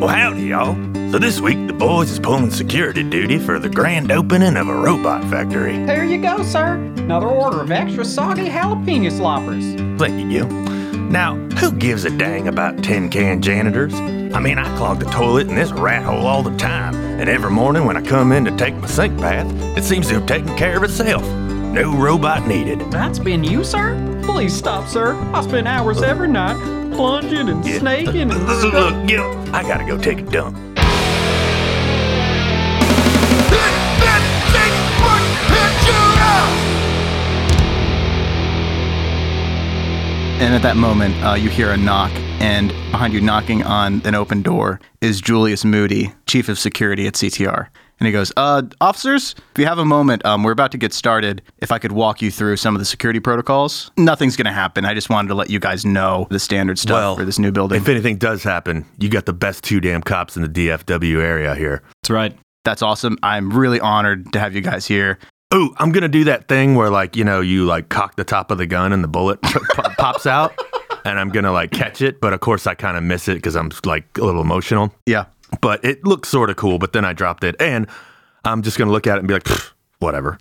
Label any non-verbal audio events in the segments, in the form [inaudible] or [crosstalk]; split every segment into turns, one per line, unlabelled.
Well, howdy, y'all. So this week, the boys is pulling security duty for the grand opening of a robot factory.
There you go, sir. Another order of extra soggy jalapeno sloppers.
Thank you, Gil. Now, who gives a dang about tin can janitors? I mean, I clog the toilet in this rat hole all the time, and every morning when I come in to take my sink bath, it seems to have taken care of itself. No robot needed.
That's been you, sir? Please stop, sir. I spend hours every night plunging and
Yeah.
snaking
[laughs]
and
Look,
[laughs]
stuff.
Look, Gil, I gotta go take a dump.
And at that moment, uh, you hear a knock, and behind you, knocking on an open door, is Julius Moody, Chief of Security at CTR. And he goes, uh, Officers, if you have a moment, um, we're about to get started. If I could walk you through some of the security protocols, nothing's going to happen. I just wanted to let you guys know the standard stuff
Well,
for this new building.
If anything does happen, you got the best two damn cops in the DFW area here.
That's right.
That's awesome. I'm really honored to have you guys here.
Ooh, I'm gonna do that thing where like you know you like cock the top of the gun and the bullet [laughs] p- p- pops out, and I'm gonna like catch it, but of course I kind of miss it because I'm like a little emotional.
Yeah.
But it looked sort of cool, but then I dropped it, and I'm just gonna look at it and be like, "Pfft, whatever,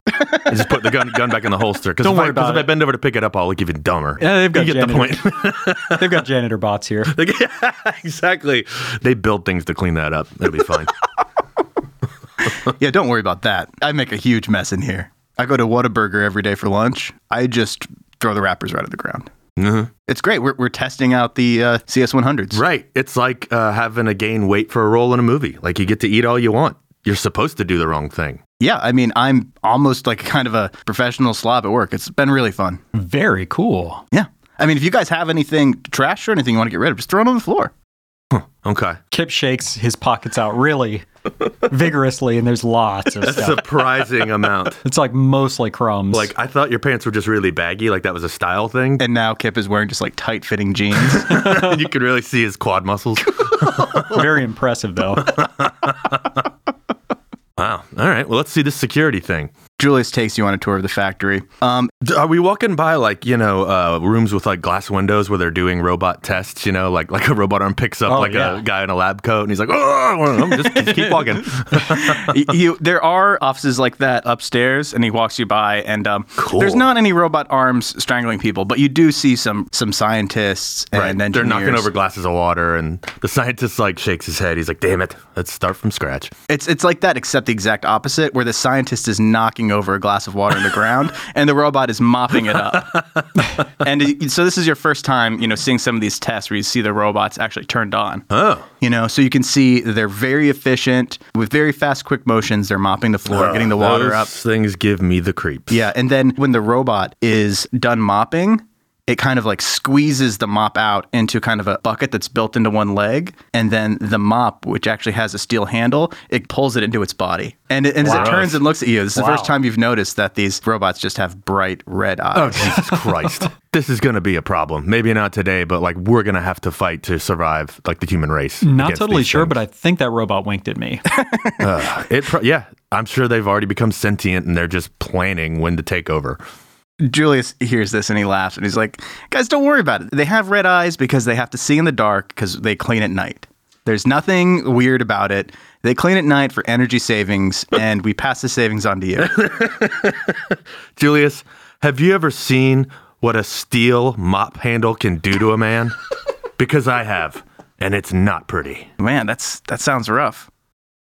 and just put the gun gun back in the holster. Because
Don't
if,
worry
I, 'cause
about
if I
it.
bend over to pick it up, I'll look even dumber.
Yeah, they've got
you get the
janitors.
point. [laughs]
They've got janitor bots here.
Like, [laughs] exactly. They build things to clean that up. It'll be
[laughs]
fine.
Yeah, don't worry about that. I make a huge mess in here. I go to Whataburger every day for lunch. I just throw the wrappers right at the ground.
Mhm.
It's great. We're, we're testing out the uh, CS100s.
Right. It's like uh, having to gain weight for a role in a movie. Like you get to eat all you want. You're supposed to do the wrong thing.
Yeah, I mean, I'm almost like kind of a professional slob at work. It's been really fun.
Very cool.
Yeah. I mean, if you guys have anything trash or anything you want to get rid of, just throw it on the floor.
Okay.
Kip shakes his pockets out really vigorously, and there's lots of stuff.
Surprising
[laughs]
amount.
It's like mostly crumbs.
Like [laughs] I thought your pants were just really baggy, like that was a style thing.
And now Kip is wearing just like tight fitting jeans.
And [laughs] you could really see his quad
[laughs]
muscles.
very impressive though.
Wow. All right. Well, let's see this security thing.
Julius takes you on a tour of the factory. Um,
D- Are we walking by like you know uh, rooms with like glass windows where they're doing robot tests? You know, like like a robot arm picks up
Oh,
like
yeah.
a guy in a lab coat and he's like, oh, just, just keep
[laughs]
walking. [laughs]
y- you, there are offices like that upstairs, and he walks you by. And um,
Cool.
there's not any robot arms strangling people, but you do see some some scientists and
Right.
engineers.
They're knocking over glasses of water, and the scientist like shakes his head. He's like, "Damn it, let's start from scratch."
It's it's like that, except the exact opposite, where the scientist is knocking over a glass of water in the ground,
[laughs]
and the robot is mopping it up. [laughs] and it- so this is your first time, you know, seeing some of these tests where you see the robots actually turned on.
Oh,
You know, so you can see they're very efficient with very fast, quick motions. They're mopping the floor, getting the water
Oh, Those
up.
Things give me the creeps.
Yeah, and then when the robot is done mopping, it kind of like squeezes the mop out into kind of a bucket that's built into one leg, and then the mop, which actually has a steel handle, it pulls it into its body, and, it, and as it turns and looks at you, this is the first time you've noticed that these robots just have bright red
Oh
eyes.
Jesus Christ! [laughs] This is gonna be a problem. Maybe not today, but like we're gonna have to fight to survive, like the human race.
Not totally sure, but I think that robot winked at me.
but I- Uh, it. Pro- yeah, I'm sure they've already become sentient, and they're just planning when to take over.
Julius hears this and he laughs, and he's like, "Guys, don't worry about it. They have red eyes because they have to see in the dark because they clean at night." There's nothing weird about it. They clean at night for energy savings, and we pass the savings on to you.
Julius, have you ever seen what a steel mop handle can do to a man? [laughs] because I have, and it's not pretty.
Man, that's that sounds rough.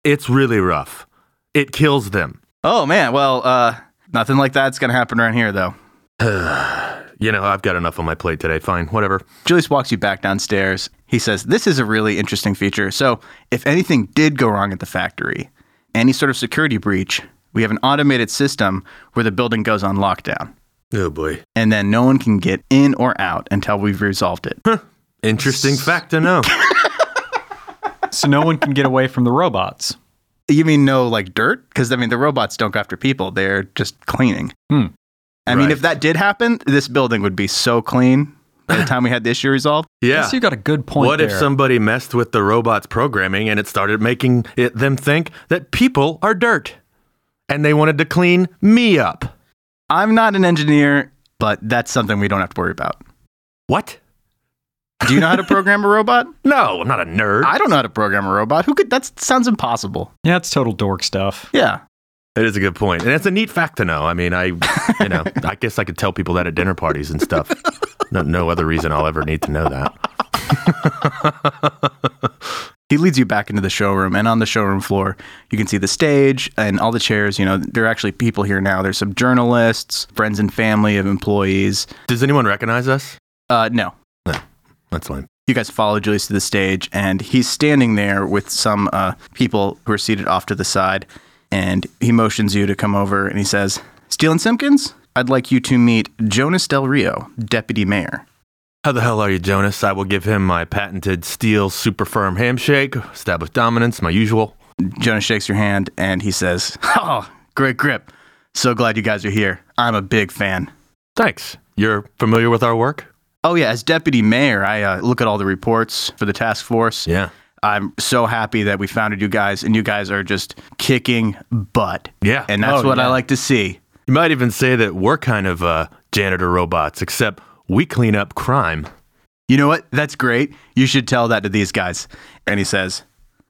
It's really rough. It kills them.
Oh man, well, uh, nothing like that's gonna happen around here though.
You know, I've got enough on my plate today. Fine, whatever.
Julius walks you back downstairs. He says, "This is a really interesting feature. So, if anything did go wrong at the factory, any sort of security breach, we have an automated system where the building goes on lockdown,
Oh boy.
and then no one can get in or out until we've resolved it."
Interesting fact to [laughs] know.
so no one can get away from the robots.
You mean no like dirt? Because I mean the robots don't go after people; they're just cleaning.
Hmm.
I mean,
Right.
if that did happen, this building would be so clean by the time we had the issue resolved.
Yeah.
Guess you got a good point.
What if
there.
somebody messed with the robot's programming and it started making it, them think that people are dirt and they wanted to clean me up?
I'm not an engineer, but that's something we don't have to worry about.
What?
Do you know how to program a robot?
No, I'm not a nerd.
I don't know how to program a robot. Who could? That sounds impossible.
Yeah, it's total dork stuff.
Yeah.
It is a good point, and it's a neat fact to know. I mean, I, you
[laughs]
know, I guess I could tell people that at dinner parties and stuff. No, no other reason I'll ever need to know that.
He leads you back into the showroom, and on the showroom floor, you can see the stage and all the chairs. You know, there are actually people here now. There's some journalists, friends and family of employees.
Does anyone recognize us?
Uh, no,
That's lame.
you guys follow Julius to the stage, and he's standing there with some uh, people who are seated off to the side. And he motions you to come over, and he says, "Steele and Simpkins, I'd like you to meet Jonas Del Rio, deputy mayor."
How the hell are you, Jonas? I will give him my patented steel super firm handshake, established dominance, my usual.
Jonas shakes your hand, and he says, [laughs] "Oh, great grip! So glad you guys are here. I'm a big fan."
Thanks. You're familiar with our work?
Oh yeah, as deputy mayor, I uh, look at all the reports for the task force.
Yeah.
I'm so happy that we founded you guys, and you guys are just kicking butt.
Yeah.
and that's
Oh,
what I
yeah.
like to see.
You might even say that we're kind of uh, janitor robots, except we clean up crime.
You know what? That's great. You should tell that to these guys. And he says,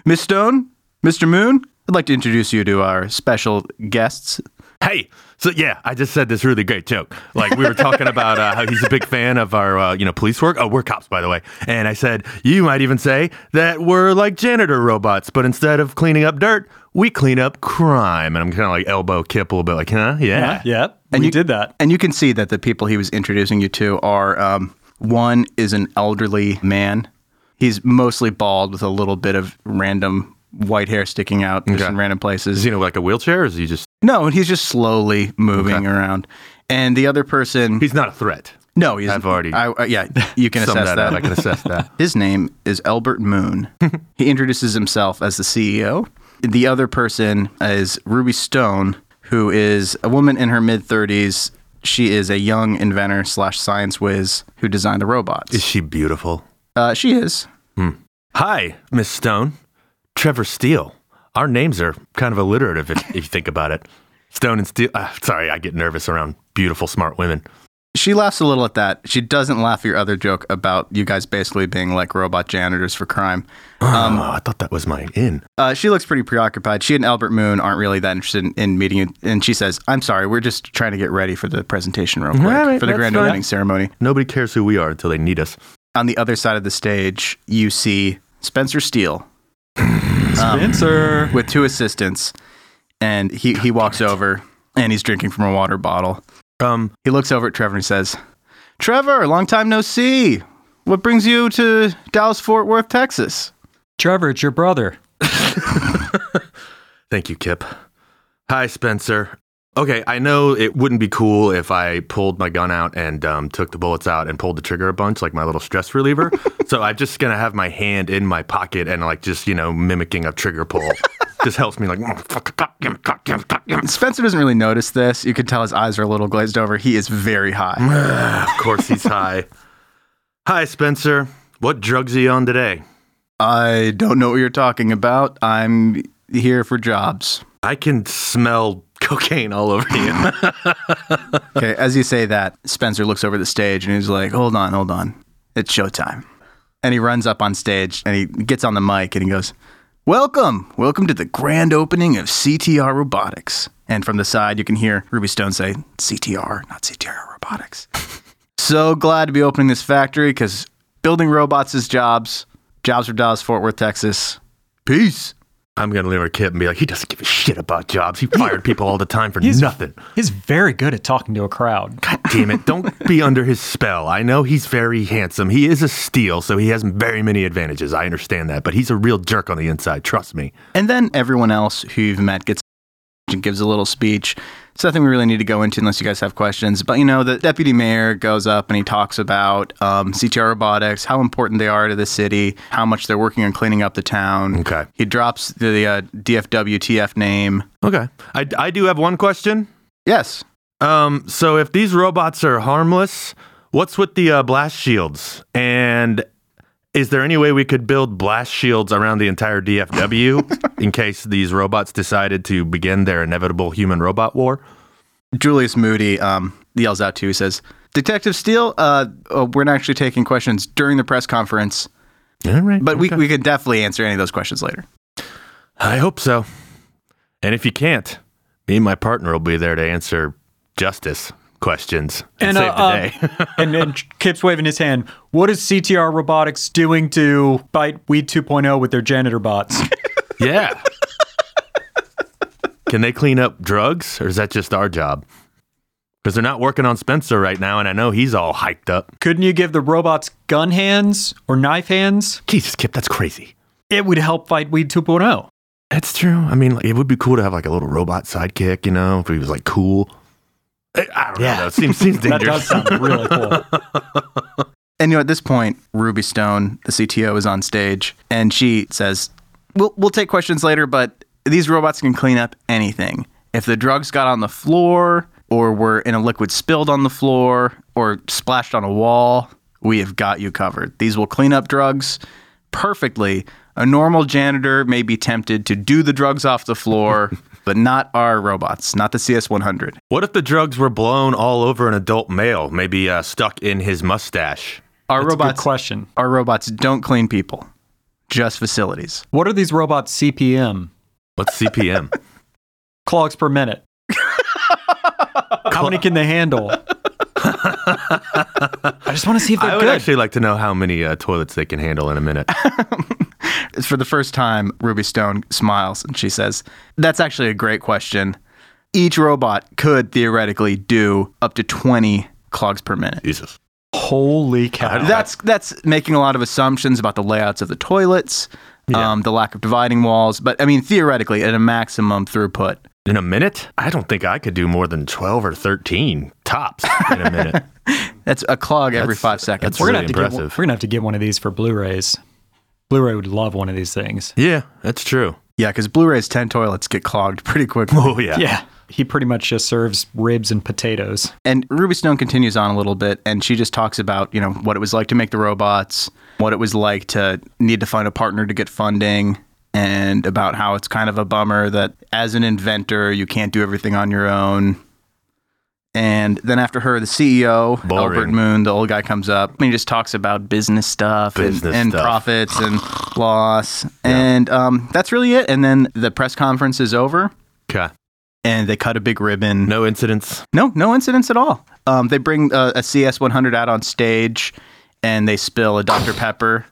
Miss Stone, Mr. Moon, I'd like to introduce you to our special guests.
Hey, so yeah, I just said this really great joke. Like we were talking [laughs] about uh, how he's a big fan of our, uh, you know, police work. Oh, we're cops, by the way. And I said you might even say that we're like janitor robots, but instead of cleaning up dirt, we clean up crime. And I'm kind of like elbow Kip a little bit, like, huh? Yeah.
Yeah, and we did that.
And you can see that the people he was introducing you to are um, one is an elderly man. He's mostly bald with a little bit of random white hair sticking out just
Okay.
in random places.
Is he in like a wheelchair? Or is he just?
No, and he's just slowly moving
Okay.
around. And the other person,
He's not a threat.
no, he's
I've already
I, uh, yeah, you can
Sum
assess
that,
that.
out. I can assess that.
His name is
[laughs]
Albert Moon. he introduces himself as the CEO. The other person is Ruby Stone, who is a woman in her mid 30s. She is a young inventor slash science whiz who designed the
Is
robots.
she beautiful?
Uh, she is.
Hi, Miss Stone. Trevor Steele. Our names are kind of alliterative if, if you think about it. Stone and Steele. Uh, sorry, I get nervous around beautiful, smart women.
She laughs a little at that. She doesn't laugh at your other joke about you guys basically being like robot janitors for crime.
Um, I thought that was my in.
Uh, she looks pretty preoccupied. She and Albert Moon aren't really that interested in, in meeting you. And she says, I'm sorry, we're just trying to get ready for the presentation real quick
right,
for the
that's
grand
fine.
opening ceremony.
Nobody cares who we are until they need us.
on the other side of the stage, you see Spencer Steele
Um,
um,
Spencer.
with two assistants, and he, he walks over and he's drinking from a water bottle.
Um,
He looks over at Trevor and he says, Trevor, long time no see. What brings you to Dallas Fort Worth, Texas?
Trevor, it's your brother.
thank you, Kip. Hi, Spencer. Okay, I know it wouldn't be cool if I pulled my gun out and um, took the bullets out and pulled the trigger a bunch, like my little stress reliever. so I'm just gonna have my hand in my pocket and like just you know mimicking a trigger pull. just helps me like. Of
Spencer doesn't really notice this. You can tell his eyes are a little glazed over. He is very high.
course he's high. Hi, Spencer. What drugs are you on today?
I don't know what you're talking about. I'm here for jobs.
I can smell cocaine all over you.
Okay, as you say that, Spencer looks over the stage and he's like, "Hold on, hold on, it's showtime." And he runs up on stage and he gets on the mic and he goes, "Welcome, welcome to the grand opening of CTR Robotics." And from the side, you can hear Ruby Stone say, "CTR, not CTR Robotics." [laughs] so glad to be opening this factory because building robots is jobs. Jobs for Dallas, Fort Worth, Texas. Peace.
I'm gonna leave her kid and be like, he doesn't give a shit about jobs. He fired people all the time for nothing.
He's very good at talking to a crowd.
God damn it! Don't be under his spell. I know he's very handsome. He is a steal, so he has very many advantages. I understand that, but he's a real jerk on the inside. Trust me.
And then everyone else who you've met gets and gives a little speech. It's nothing we really need to go into unless you guys have questions. But you know, the deputy mayor goes up and he talks about um, CTR robotics, how important they are to the city, how much they're working on cleaning up the town.
Okay.
He drops the uh, DFWTF name.
Okay. I, I do have one question.
Yes.
Um, so if these robots are harmless, what's with the uh, blast shields? And is there any way we could build blast shields around the entire [laughs] DFW in case these robots decided to begin their inevitable human robot war?
Julius Moody um, yells out too. He says, Detective Steele, uh, uh, we're not actually taking questions during the press conference,
All right.
but
okay.
we, we could definitely answer any of those questions later.
I hope so. And if you can't, me and my partner will be there to answer justice questions and, save
uh,
the day. [laughs]
uh, and then Kip's waving his hand. What is CTR Robotics doing to bite Weed 2.0 with their
[laughs]
janitor bots?
yeah. Can they clean up drugs, or is that just our job? Because they're not working on Spencer right now, and I know he's all hyped up.
Couldn't you give the robots gun hands or knife hands?
Jesus, Kip, that's crazy.
It would help fight Weed oh. 2.0.
That's true. I mean, like, it would be cool to have like a little robot sidekick, you know, if he was like cool. I, I don't know. It seems, seems
[laughs] That
dangerous.
does sound
[laughs]
really cool.
And you know, at this point, Ruby Stone, the CTO, is on stage, and she says, "We'll we'll take questions later, but these robots can clean up anything. If the drugs got on the floor, or were in a liquid spilled on the floor, or splashed on a wall, we have got you covered. These will clean up drugs perfectly. A normal janitor may be tempted to do the drugs off
[laughs]
the floor, but not our robots, not the CS100.
What if the drugs were blown all over an adult male, maybe uh, stuck in his mustache?
Our
That's a good
robots,
question.
our robots don't clean people, just facilities."
What are these robots CPM?
What's [laughs] CPM?
Clogs per minute.
[laughs]
How many can they handle? I just want to see if they're
I would
good.
actually like to know how many uh, toilets they can handle in a minute.
for the first time, Ruby Stone smiles and she says, That's actually a great question. Each robot could theoretically do up to 20 clogs per minute.
Jesus.
Holy cow.
That's that's making a lot of assumptions about the layouts of the toilets, um, the lack of dividing walls, but I mean theoretically at a maximum throughput.
In a minute? I don't think I could do more than 12 or 13 tops in a minute.
That's a clog every
That's-
5 seconds.
that's really
have to get, one-
impressive.
we're gonna have to get one of these for Blu-rays. Blu-ray would love one of these things.
[laughs] yeah, that's true.
Yeah, cuz Blu-ray's 10 toilets get clogged pretty quickly.
Oh, yeah.
Yeah. He pretty much just serves ribs and potatoes.
And Ruby Stone continues on a little bit, and she just talks about you know what it was like to make the robots, what it was like to need to find a partner to get funding, and about how it's kind of a bummer that as an inventor you can't do everything on your own. And then after her, the CEO
Boring.
Albert Moon, the old guy, comes up and he just talks about business stuff and-
Business
and,
stuff. [sighs]
profits and loss, and um, that's really it. And then the press conference is over,
Okay.
and they cut a big ribbon.
No incidents.
No, no incidents at all. Um, they bring uh, a CS100 out on stage and they spill a Dr. Pepper.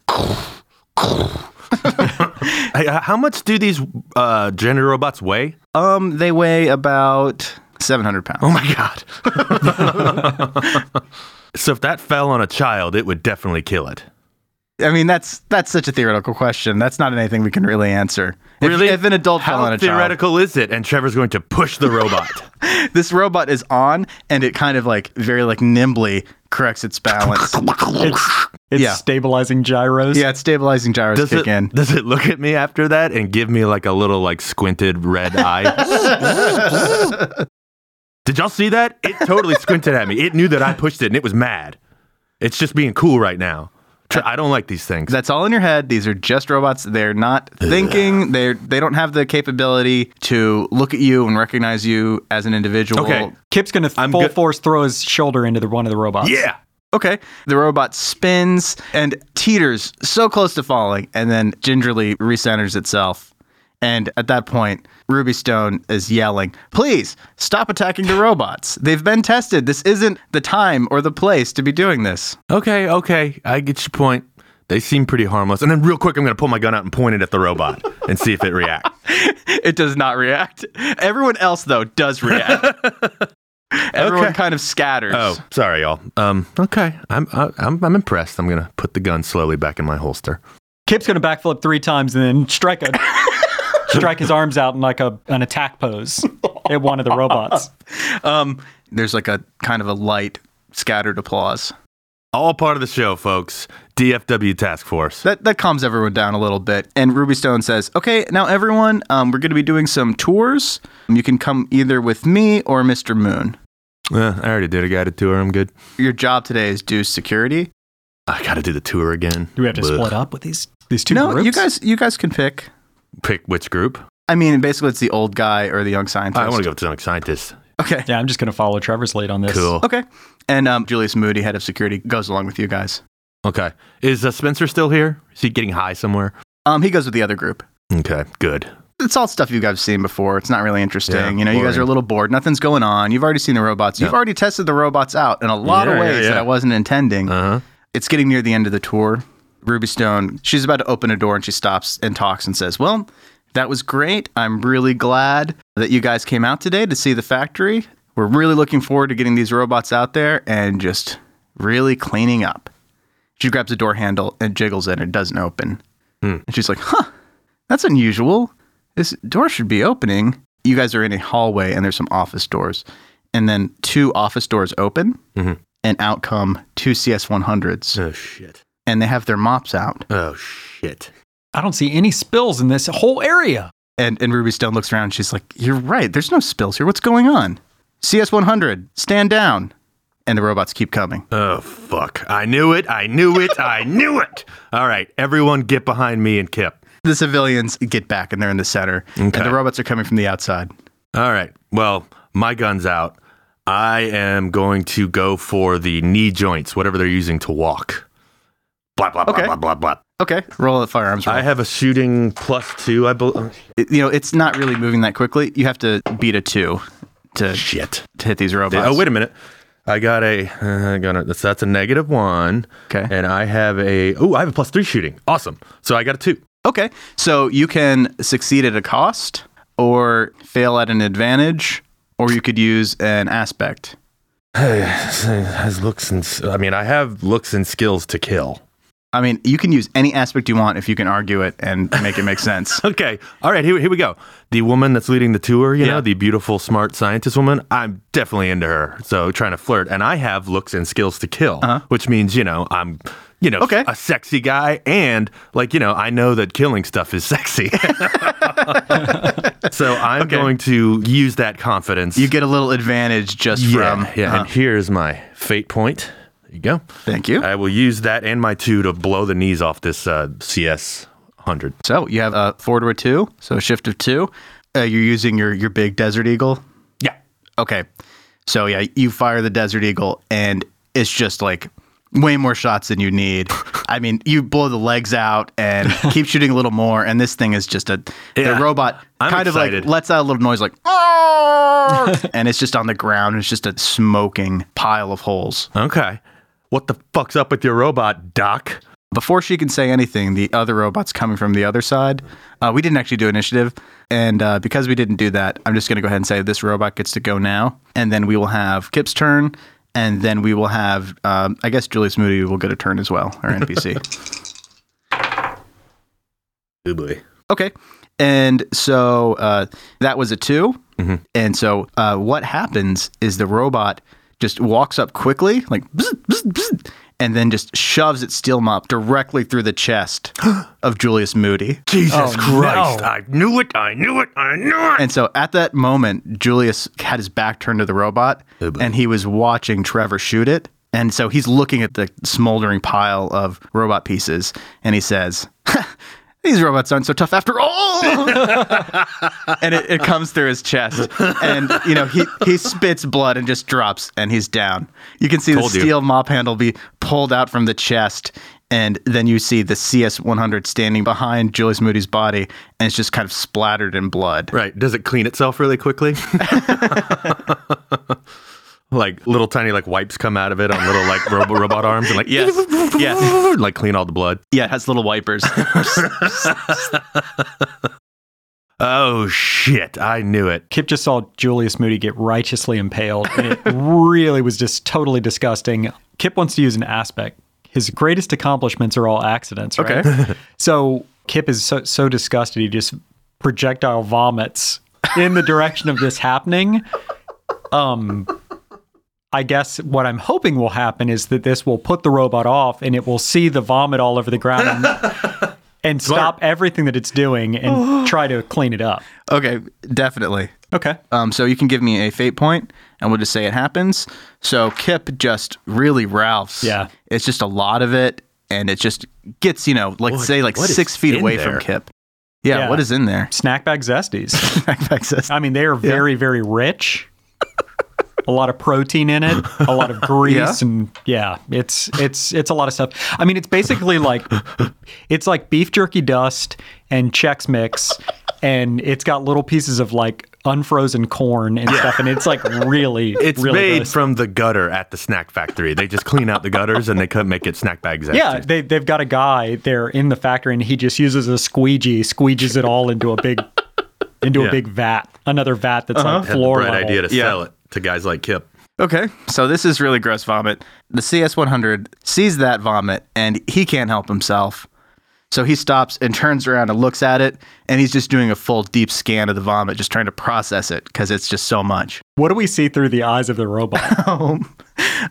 Hey, uh, how much do these uh, gender robots weigh?
Um, they weigh about 700 pounds.
Oh, my [laughs] God. so if that fell on a child, it would definitely kill it.
I mean, that's that's such a theoretical question. That's not anything we can really answer. If-
Really?
If, an adult
How
fell on a
theoretical is it? And Trevor's going to push the robot.
child, this robot is on and it kind of like very like nimbly corrects its balance.
It's, it's
Yeah.
stabilizing gyros.
yeah, it's stabilizing gyros
Does
kick
it,
in.
does it look at me after that and give me like a little like squinted red eye? [laughs] Did y'all see that? It totally squinted at me. It knew that I pushed it and it was mad. It's just being cool right now. Tr- I don't like these things.
That's all in your head. These are just robots. They're not thinking. They they don't have the capability to look at you and recognize you as an individual.
Okay.
Kip's gonna
I'm
full
go-
force throw his shoulder into the one of the robots.
Yeah.
Okay. The robot spins and teeters so close to falling and then gingerly recenters itself. And at that point, Ruby Stone is yelling, Please stop attacking the robots. They've been tested. This isn't the time or the place to be doing this. [laughs]
Okay, okay. I get your point. They seem pretty harmless. And then real quick I'm going to pull my gun out and point it at the robot and see if it
[laughs]
reacts.
It does not react. Everyone else, though, does
[laughs]
react. Everyone
Okay.
kind of scatters.
Oh, sorry y'all. Um okay. I'm I, I'm I'm impressed. I'm going to put the gun slowly back in my holster.
Kip's gonna backflip three times and then
[laughs]
strike a strike his arms out in like a an attack pose at one of
[laughs]
the robots.
Um, There's like a kind of a light scattered applause.
All part of the show, folks. DFW Task Force.
That that calms everyone down a little bit. And Ruby Stone says, "Okay, now everyone, um, we're going to be doing some tours. Um, You can come either with me or Mr. Moon.
Uh, I already did a guided tour. I'm good.
Your job today is do security.
I got to do the tour again.
Do we have to
Blech.
split up with these these two
no,
groups?
you guys, you guys can pick.
Pick which group?
I mean, basically, it's the old guy or the young scientist.
I want to go with Sonic Scientist.
Okay,
Yeah, I'm just gonna follow Trevor's lead on this.
Cool.
okay. And um, Julius Moody, head of security, goes along with you guys.
Okay. Is uh, Spencer still here? Is he getting high somewhere?
Um, he goes with the other group.
Okay, good.
It's all stuff you guys have seen before. It's not really interesting.
Yeah,
you know, you guys
boring.
are a little bored. Nothing's going on. You've already seen the robots. You've
Yeah.
already tested the robots out in a lot of
Yeah, yeah,
ways that
yeah.
I wasn't intending.
Uh huh.
It's getting near the end of the tour. Ruby Stone, she's about to open a door and she stops and talks and says, Well, that was great. I'm really glad that you guys came out today to see the factory. We're really looking forward to getting these robots out there and just really cleaning up. She grabs the door handle and jiggles it and it doesn't open. And she's like, Huh, that's unusual. This door should be opening. You guys are in a hallway and there's some office doors. And then two office doors open and out come two CS 100s
Oh shit.
and they have their mops out.
Oh shit.
I don't see any spills in this whole area.
And, and Ruby Stone looks around. She's like, You're right. There's no spills here. What's going on? CS 100, stand down. And the robots keep coming.
Oh fuck. I knew it. I knew it. I knew it. All right, everyone, get behind me and Kip.
The civilians get back and they're in the center. And
Okay.
the robots are coming from the outside.
All right. Well, my gun's out. I am going to go for the knee joints, whatever they're using to walk. Blah blah blah
Okay.
blah blah Uh, blah.
Okay, roll the firearms. Roll.
I have a shooting plus two. I oh, believe.
It- you know, it's not really moving that quickly. You have to beat a two to,
Shit.
to hit these robots.
Oh wait a minute. I got a. Uh, I got a. That's, that's a negative one.
Okay.
And I have a. Oh, I have a plus three shooting. Awesome. So I got a two. [sighs]
Okay, so you can succeed at a cost or fail at an advantage, or you could use an aspect.
Has looks and. s- I mean, I have looks and skills to kill.
I mean, you can use any aspect you want if you can argue it and
[laughs]
make it make sense.
Okay. All right. Here, here we go. The woman that's leading the tour, you
Yeah.
know, the beautiful, smart scientist woman. I'm definitely into her. So trying to flirt, and I have looks and skills to kill, which means you know I'm, you know,
Uh-huh. Okay.
a sexy guy, and like you know I know that killing stuff is sexy. [laughs] so I'm going to use that confidence.
You get a little advantage just
yeah,
from.
yeah.
Uh-huh.
And here's my fate point. There you go.
Thank you.
I will use that and my two to blow the knees off this uh, CS hundred.
so you have a forward to a two, so a shift of two. Uh, you're using your, your big Desert Eagle.
Yeah.
Okay. So yeah, you fire the Desert Eagle and it's just like way more shots than
[laughs]
you need. I mean, you blow the legs out and keep shooting a little more and this thing is just a
Yeah.
the robot
I'm
kind of
excited.
like lets out a little
[laughs]
noise like "Arr!" and it's just on the ground and it's just a smoking pile of holes.
Okay. What the fuck's up with your robot, Doc?
Before she can say anything, the other robot's coming from the other side. Uh, we didn't actually do initiative. And uh, because we didn't do that, I'm just going to go ahead and say this robot gets to go now. And then we will have Kip's turn. And then we will have, um, I guess, Julius Moody will get a turn as well, our NPC.
Oh boy.
okay. And so uh, that was a 2 And so uh, what happens is the robot just walks up quickly, like, bzz, bzz, bzz, and then just shoves its steel mop directly through the chest of Julius Moody.
Jesus
Oh,
Christ.
no.
I knew it. I knew it. I knew it.
And so at that moment, Julius had his back turned to the robot
Oh, boy.
and he was watching Trevor shoot it. And so he's looking at the smoldering pile of robot pieces and he says, "Ha, These robots aren't so tough
[laughs]
after all. and it, it comes through his chest. And, you know, he, he spits blood and just drops and he's down. You can see
Told
the
you.
steel mop handle be pulled out from the chest. And then you see the CS 100 standing behind Julius Moody's body and it's just kind of splattered in blood.
Right. Does it clean itself really
[laughs]
quickly? like little tiny like wipes come out of it on little like robo- robot arms and like
Yes. Yes.
[laughs] like clean all the blood.
Yeah, it has little wipers.
Oh shit. I knew it.
Kip just saw Julius Moody get righteously impaled, and [laughs] it really was just totally disgusting. Kip wants to use an aspect. His greatest accomplishments are all accidents, right? Okay. [laughs] so Kip is so, so disgusted, he just projectile vomits in the direction of this happening. Um, I guess what I'm hoping will happen is that this will put the robot off and it will see the vomit all over the [laughs] ground and, and stop everything that it's doing [sighs] and try to clean it up.
[laughs] okay, definitely.
Okay.
Um, so you can give me a fate point, and we'll just say it happens. So Kip just really Ralphs.
Yeah.
it's just a lot of it, and it just gets you know, like
What-
say like
what is
six feet
in
away
there?
from Kip. Yeah,
Yeah.
what is in there? [laughs]
snack bag zesties.
[laughs]
Access.
I mean, they are very, very rich. a lot of protein in it,
[laughs]
a lot of grease, and yeah, it's it's it's a lot of stuff. I mean, it's basically like it's like beef jerky dust and Chex Mix, and it's got little pieces of like unfrozen corn and stuff, and it's like really
[laughs] It's
really
made
gross.
from the gutter at the snack factory. They just clean out the gutters and they cut make it snack bags.
Yeah, they, they've got a guy there in the factory, and he just uses a squeegee, squeegees it all into a big, into a
Yeah. Uh-huh.
big vat, another vat that's like
Had the
floor
bright
level.
idea to
Yeah.
sell it to guys like Kip.
Okay. So this is really gross vomit. The CS100 sees that vomit and he can't help himself. So he stops and turns around and looks at it and he's just doing a full deep scan of the vomit, just trying to process it because it's just so much.
What do we see through the eyes of
[laughs]
the robot?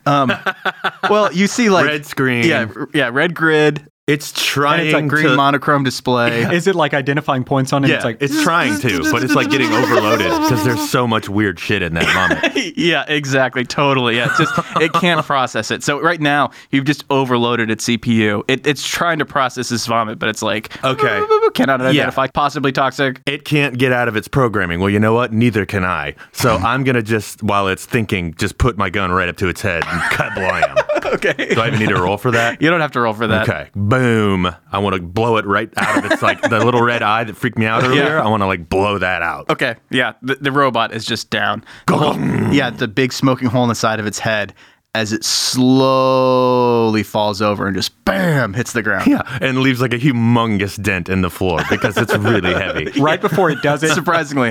Well, you see like
Red screen.
Yeah, r- yeah, red grid,
It's trying
like
green
to.
monochrome display.
[laughs]
[laughs]
Is it like identifying points on it?
yeah,
it's like
trying to, but it's like getting overloaded because there's so much weird shit in that
[laughs]
vomit.
yeah, exactly. Totally. Yeah. It's just it can't process it. So right now you've just overloaded its CPU. It, it's trying to process this vomit, but it's like
Okay.
[laughs] cannot identify possibly toxic.
[laughs] It can't get out of its programming. Well, you know what? Neither can I. So I'm gonna just while it's thinking, just put my gun right up to its head and kablam.
Okay.
Do I even need to roll for that?
[laughs] You don't have to roll for that.
Okay. Boom. I want to blow it right out of its like the little red eye that freaked me out earlier. I want to like blow that out.
Okay, yeah, the, the robot is just down. The whole- yeah, the big smoking hole in the side of its head as it slowly falls over and just bam hits the ground.
Yeah, and leaves like a humongous dent in the floor because it's really heavy.
[laughs] right before it does it,
Surprisingly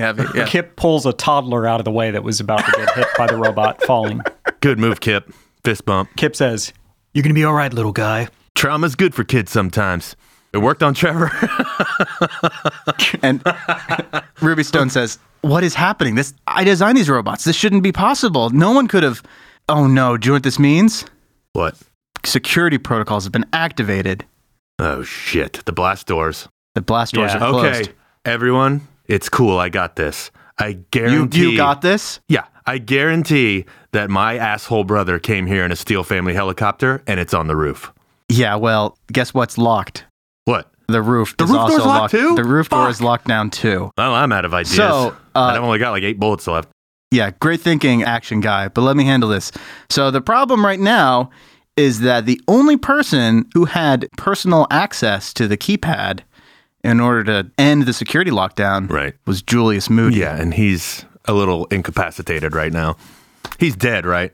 [laughs]
heavy. Yeah.
Kip pulls a toddler out of the way that was about to get hit by
[laughs]
the robot falling.
Good move, Kip. Fist bump.
Kip says, "You're gonna be all right, little guy."
Trauma's good for kids sometimes. It worked on Trevor. [laughs]
And Ruby Stone says, "What is happening? This I designed these robots. This shouldn't be possible. No one could have." Oh no! Do you know what this means?
what?
Security protocols have been activated.
Oh shit! The blast doors.
The blast doors
Yeah.
are closed.
Okay, everyone, it's cool. I got this. I
You
guarantee.
you got this?
Yeah, I guarantee that my asshole brother came here in a Steel Family helicopter, and it's on the roof.
Yeah. Well, guess what's locked?
What?
The roof.
The
is
roof
also
door's locked too?
The roof door is locked down too.
Well, I'm out of ideas.
So, uh,
and I've only got like eight bullets left.
Yeah, great thinking, action guy, but let me handle this. So, the problem right now is that the only person who had personal access to the keypad in order to end the security lockdown
Right.
was Julius Moody.
Yeah, and he's a little incapacitated right now. He's dead, right?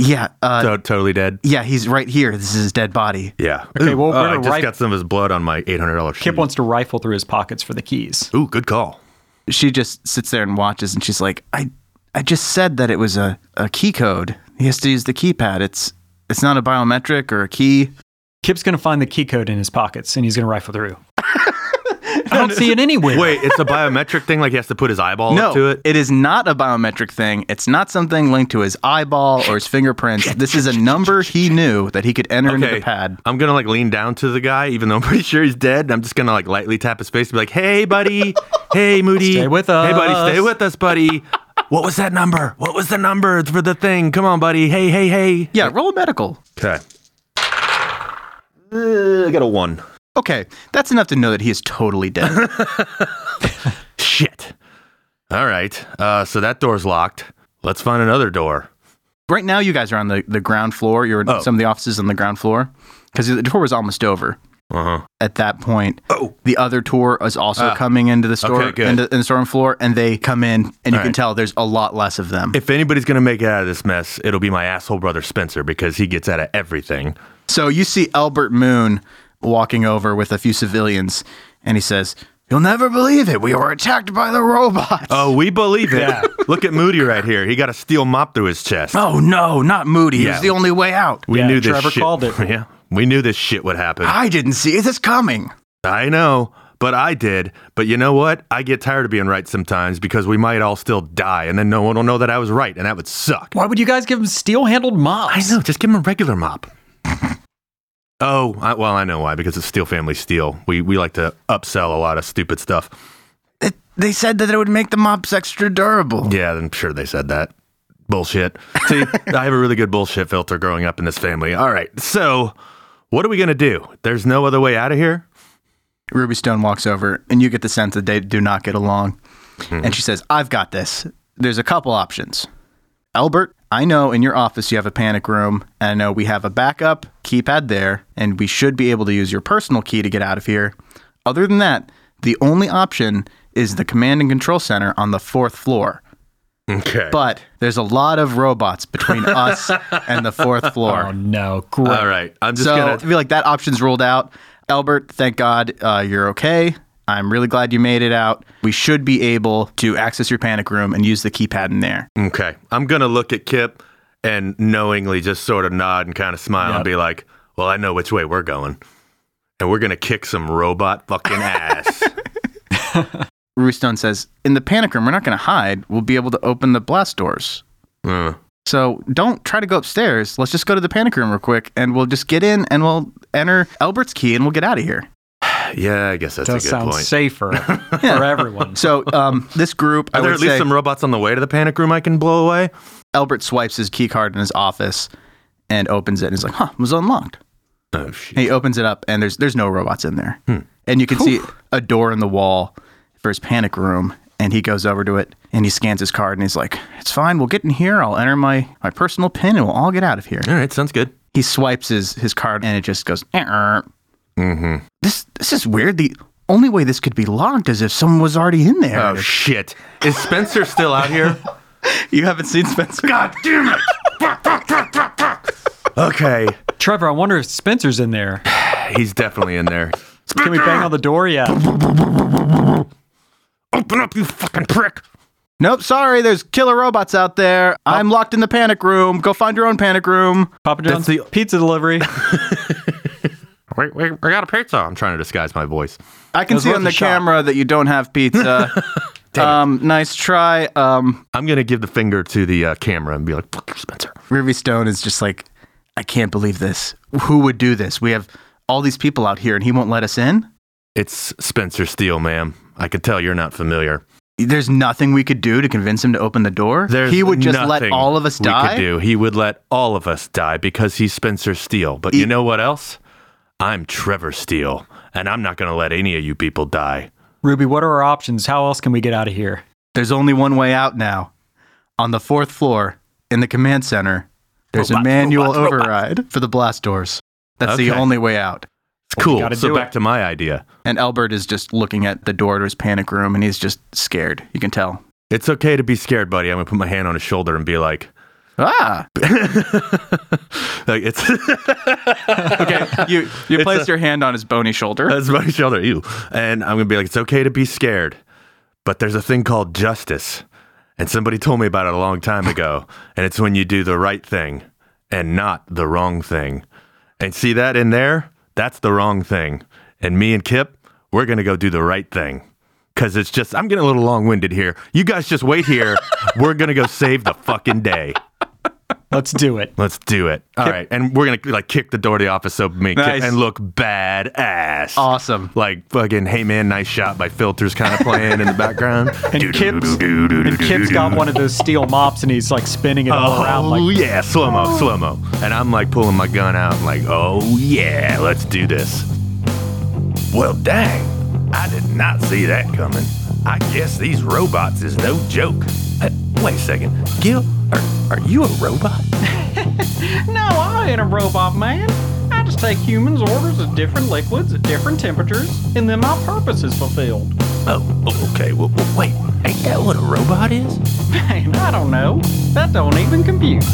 Yeah, uh,
To- totally dead.
yeah, he's right here. This is his dead body.
Yeah.
Okay, well, we're
I just
right-
got some of his blood on my eight hundred dollars.
Kip wants to rifle through his pockets for the keys.
Ooh, good call.
She just sits there and watches and she's like, "I I just said that it was a, a key code. He has to use the keypad. It's it's not a biometric or a key.
Kip's gonna find the key code in his pockets, and he's gonna rifle
[laughs]
through. I don't see it anywhere.
Wait, it's a biometric thing. Like he has to put his eyeball
No,
up to it.
it is not a biometric thing. It's not something linked to his eyeball or his
[laughs]
fingerprints. This is a number he knew that he could enter into the pad.
I'm gonna like lean down to the guy, even though I'm pretty sure he's dead. and I'm just gonna like lightly tap his face, and be like, "Hey, buddy. hey, Moody.
Stay with
Hey, buddy.
us."
Stay with us, buddy. what was that number? What was the number for the thing? Come on, buddy. Hey, hey, hey.
Yeah, roll a medical.
Okay. Uh, I got a one.
Okay, that's enough to know that he is totally dead.
[laughs] Shit. All right. Uh, so that door's locked. Let's find another door.
right now, you guys are on the, the ground floor. You're in
Oh.
some of the offices on the ground floor because the tour was almost over.
Uh huh.
At that point,
Oh.
the other tour is also
Ah.
coming into the store,
Okay, good.
into, in the storm floor, and they come in, and you can
right.
tell there's a lot less of them.
If anybody's gonna make it out of this mess, it'll be my asshole brother Spencer because he gets out of everything.
So you see Albert Moon walking over with a few civilians, and he says, You'll never believe it. We were attacked by the robots.
Oh, we believe it.
Yeah.
[laughs] Look at Moody right here. He got a steel mop through his chest.
Oh, no, not Moody. It was
Yeah.
the only way out.
we
Yeah,
knew this.
Trevor
shit.
called it.
[laughs]
Ah.
Yeah, we knew this shit would happen.
I didn't see this coming.
I know, but I did. But you know what? I get tired of being right sometimes because we might all still die, and then no one will know that I was right, and that would suck.
Why would you guys give him steel-handled
I
mops?
know. Just give him a regular mop. [laughs] oh, I, well, I know why. Because it's Steel Family Steel. We we like to upsell a lot of stupid stuff.
It, they said that it would make the mobs extra durable.
Yeah, I'm sure they said that. Bullshit. See, I have a really good bullshit filter growing up in this family. All right, so what are we gonna do? There's no other way out of here.
Ruby Stone walks over, and you get the sense that they do not get along. And she says, I've got this. There's a couple options. Albert, I know in your office you have a panic room, and I know we have a backup keypad there, and we should be able to use your personal key to get out of here. Other than that, the only option is the command and control center on the fourth floor.
Okay.
But there's a lot of robots between us and the fourth floor.
Oh no, great.
all right. I'm just
so
gonna.
I feel like that option's ruled out. Albert, thank God uh, you're okay. I'm really glad you made it out. We should be able to access your panic room and use the keypad in there.
Okay. I'm going to look at Kip and knowingly just sort of nod and kind of smile and be like, well, I know which way we're going. And we're going to kick some robot fucking [laughs] ass.
Roostone says, "In the panic room, we're not going to hide. We'll be able to open the blast doors.
Uh,
So don't try to go upstairs. Let's just go to the panic room real quick, and we'll just get in and we'll enter Albert's key, and we'll get out of here."
yeah, I guess that's
Does
a good
sound
point. [laughs]
safer for everyone.
So um, this group, I
Are there
would
at least
say,
some robots on the way to the panic room I can blow away?
Albert swipes his key card in his office and opens it, and is like, "Huh, it was unlocked."
Oh, shit.
And he opens it up, and there's there's no robots in there, and you can see a door in the wall for his panic room. And he goes over to it and he scans his card and he's like, "It's fine. We'll get in here. I'll enter my my personal pin, and we'll all get out of here."
All right. Sounds good.
he swipes his his card and it just goes. Mm-hmm. This this is weird. The only way this could be logged is if someone was already in there.
Oh, shit. Is Spencer still out [laughs] here?
you haven't seen Spencer. God damn [laughs] it!
Okay.
Trevor, I wonder if Spencer's in there.
He's definitely in there.
Can we bang on the door yet?
Open up, you fucking prick.
Nope. Sorry, there's killer robots out there.
Oh.
I'm locked in the panic room. Go find your own panic room.
Papa John's
the-
pizza delivery.
Wait, wait, I got a pizza. I'm trying to disguise my voice.
I can
was
see
worth
on
a
the
shot.
camera that you don't
[laughs]
have pizza. um, nice try. Um,
I'm going to give the finger to the uh, camera and be like, fuck you, Spencer.
Ruby Stone is just like, I can't believe this. Who would do this? We have all these people out here, and he won't let us in.
It's Spencer Steele, ma'am. I could tell you're not familiar.
there's nothing we could do to convince him to open the door.
There's
he would just let
nothing
all of us die.
We could do. He would let all of us die because he's Spencer Steele. But you know what else? I'm Trevor Steele, and I'm not going to let any of you people die.
[laughs] Ruby, what are our options? How else can we get out of here?
There's only one way out now. On the fourth floor in the command center, there's a
Robots,
manual
robots,
override for the blast doors. That's the
Okay.
only way out.
It's cool.
gotta
So
do
back
it.
to my idea.
And Albert is just looking at the door to his panic room and he's just scared. You can tell.
It's okay to be scared, buddy. I'm going to put my hand on his shoulder and be like,
Ah,
like it's [laughs]
okay. You you placed your hand on his bony shoulder.
that's my shoulder, ew. And I'm going to be like, it's okay to be scared, but there's a thing called justice. And somebody told me about it a long time
[laughs]
ago. and it's when you do the right thing and not the wrong thing. And see that in there? That's the wrong thing. And me and Kip, we're going to go do the right thing. Cause it's just, I'm getting a little long winded here. You guys just wait
[laughs]
here. we're going to go save the fucking day.
Let's do it.
Let's do it. All right, and we're gonna like kick the door to the office open, make
Nice.
it, and look badass.
Awesome.
Like fucking, hey man, nice shot by filters kind of playing in the background.
And Kip's, and Kip's got one of those steel mops and he's like spinning it all around
Oh
like
yeah, slow mo, slow mo. And I'm like pulling my gun out, and like, oh yeah, let's do this. Well, dang, I did not see that coming. I guess these robots is no joke. Hey, wait a second, Gil, are, are you a robot?
No, I ain't a robot man. I just take humans' orders at different liquids at different temperatures, and then my purpose is fulfilled.
Oh, oh, okay. Well, well, wait, ain't that what a robot is?
Man, I don't know. That don't even compute.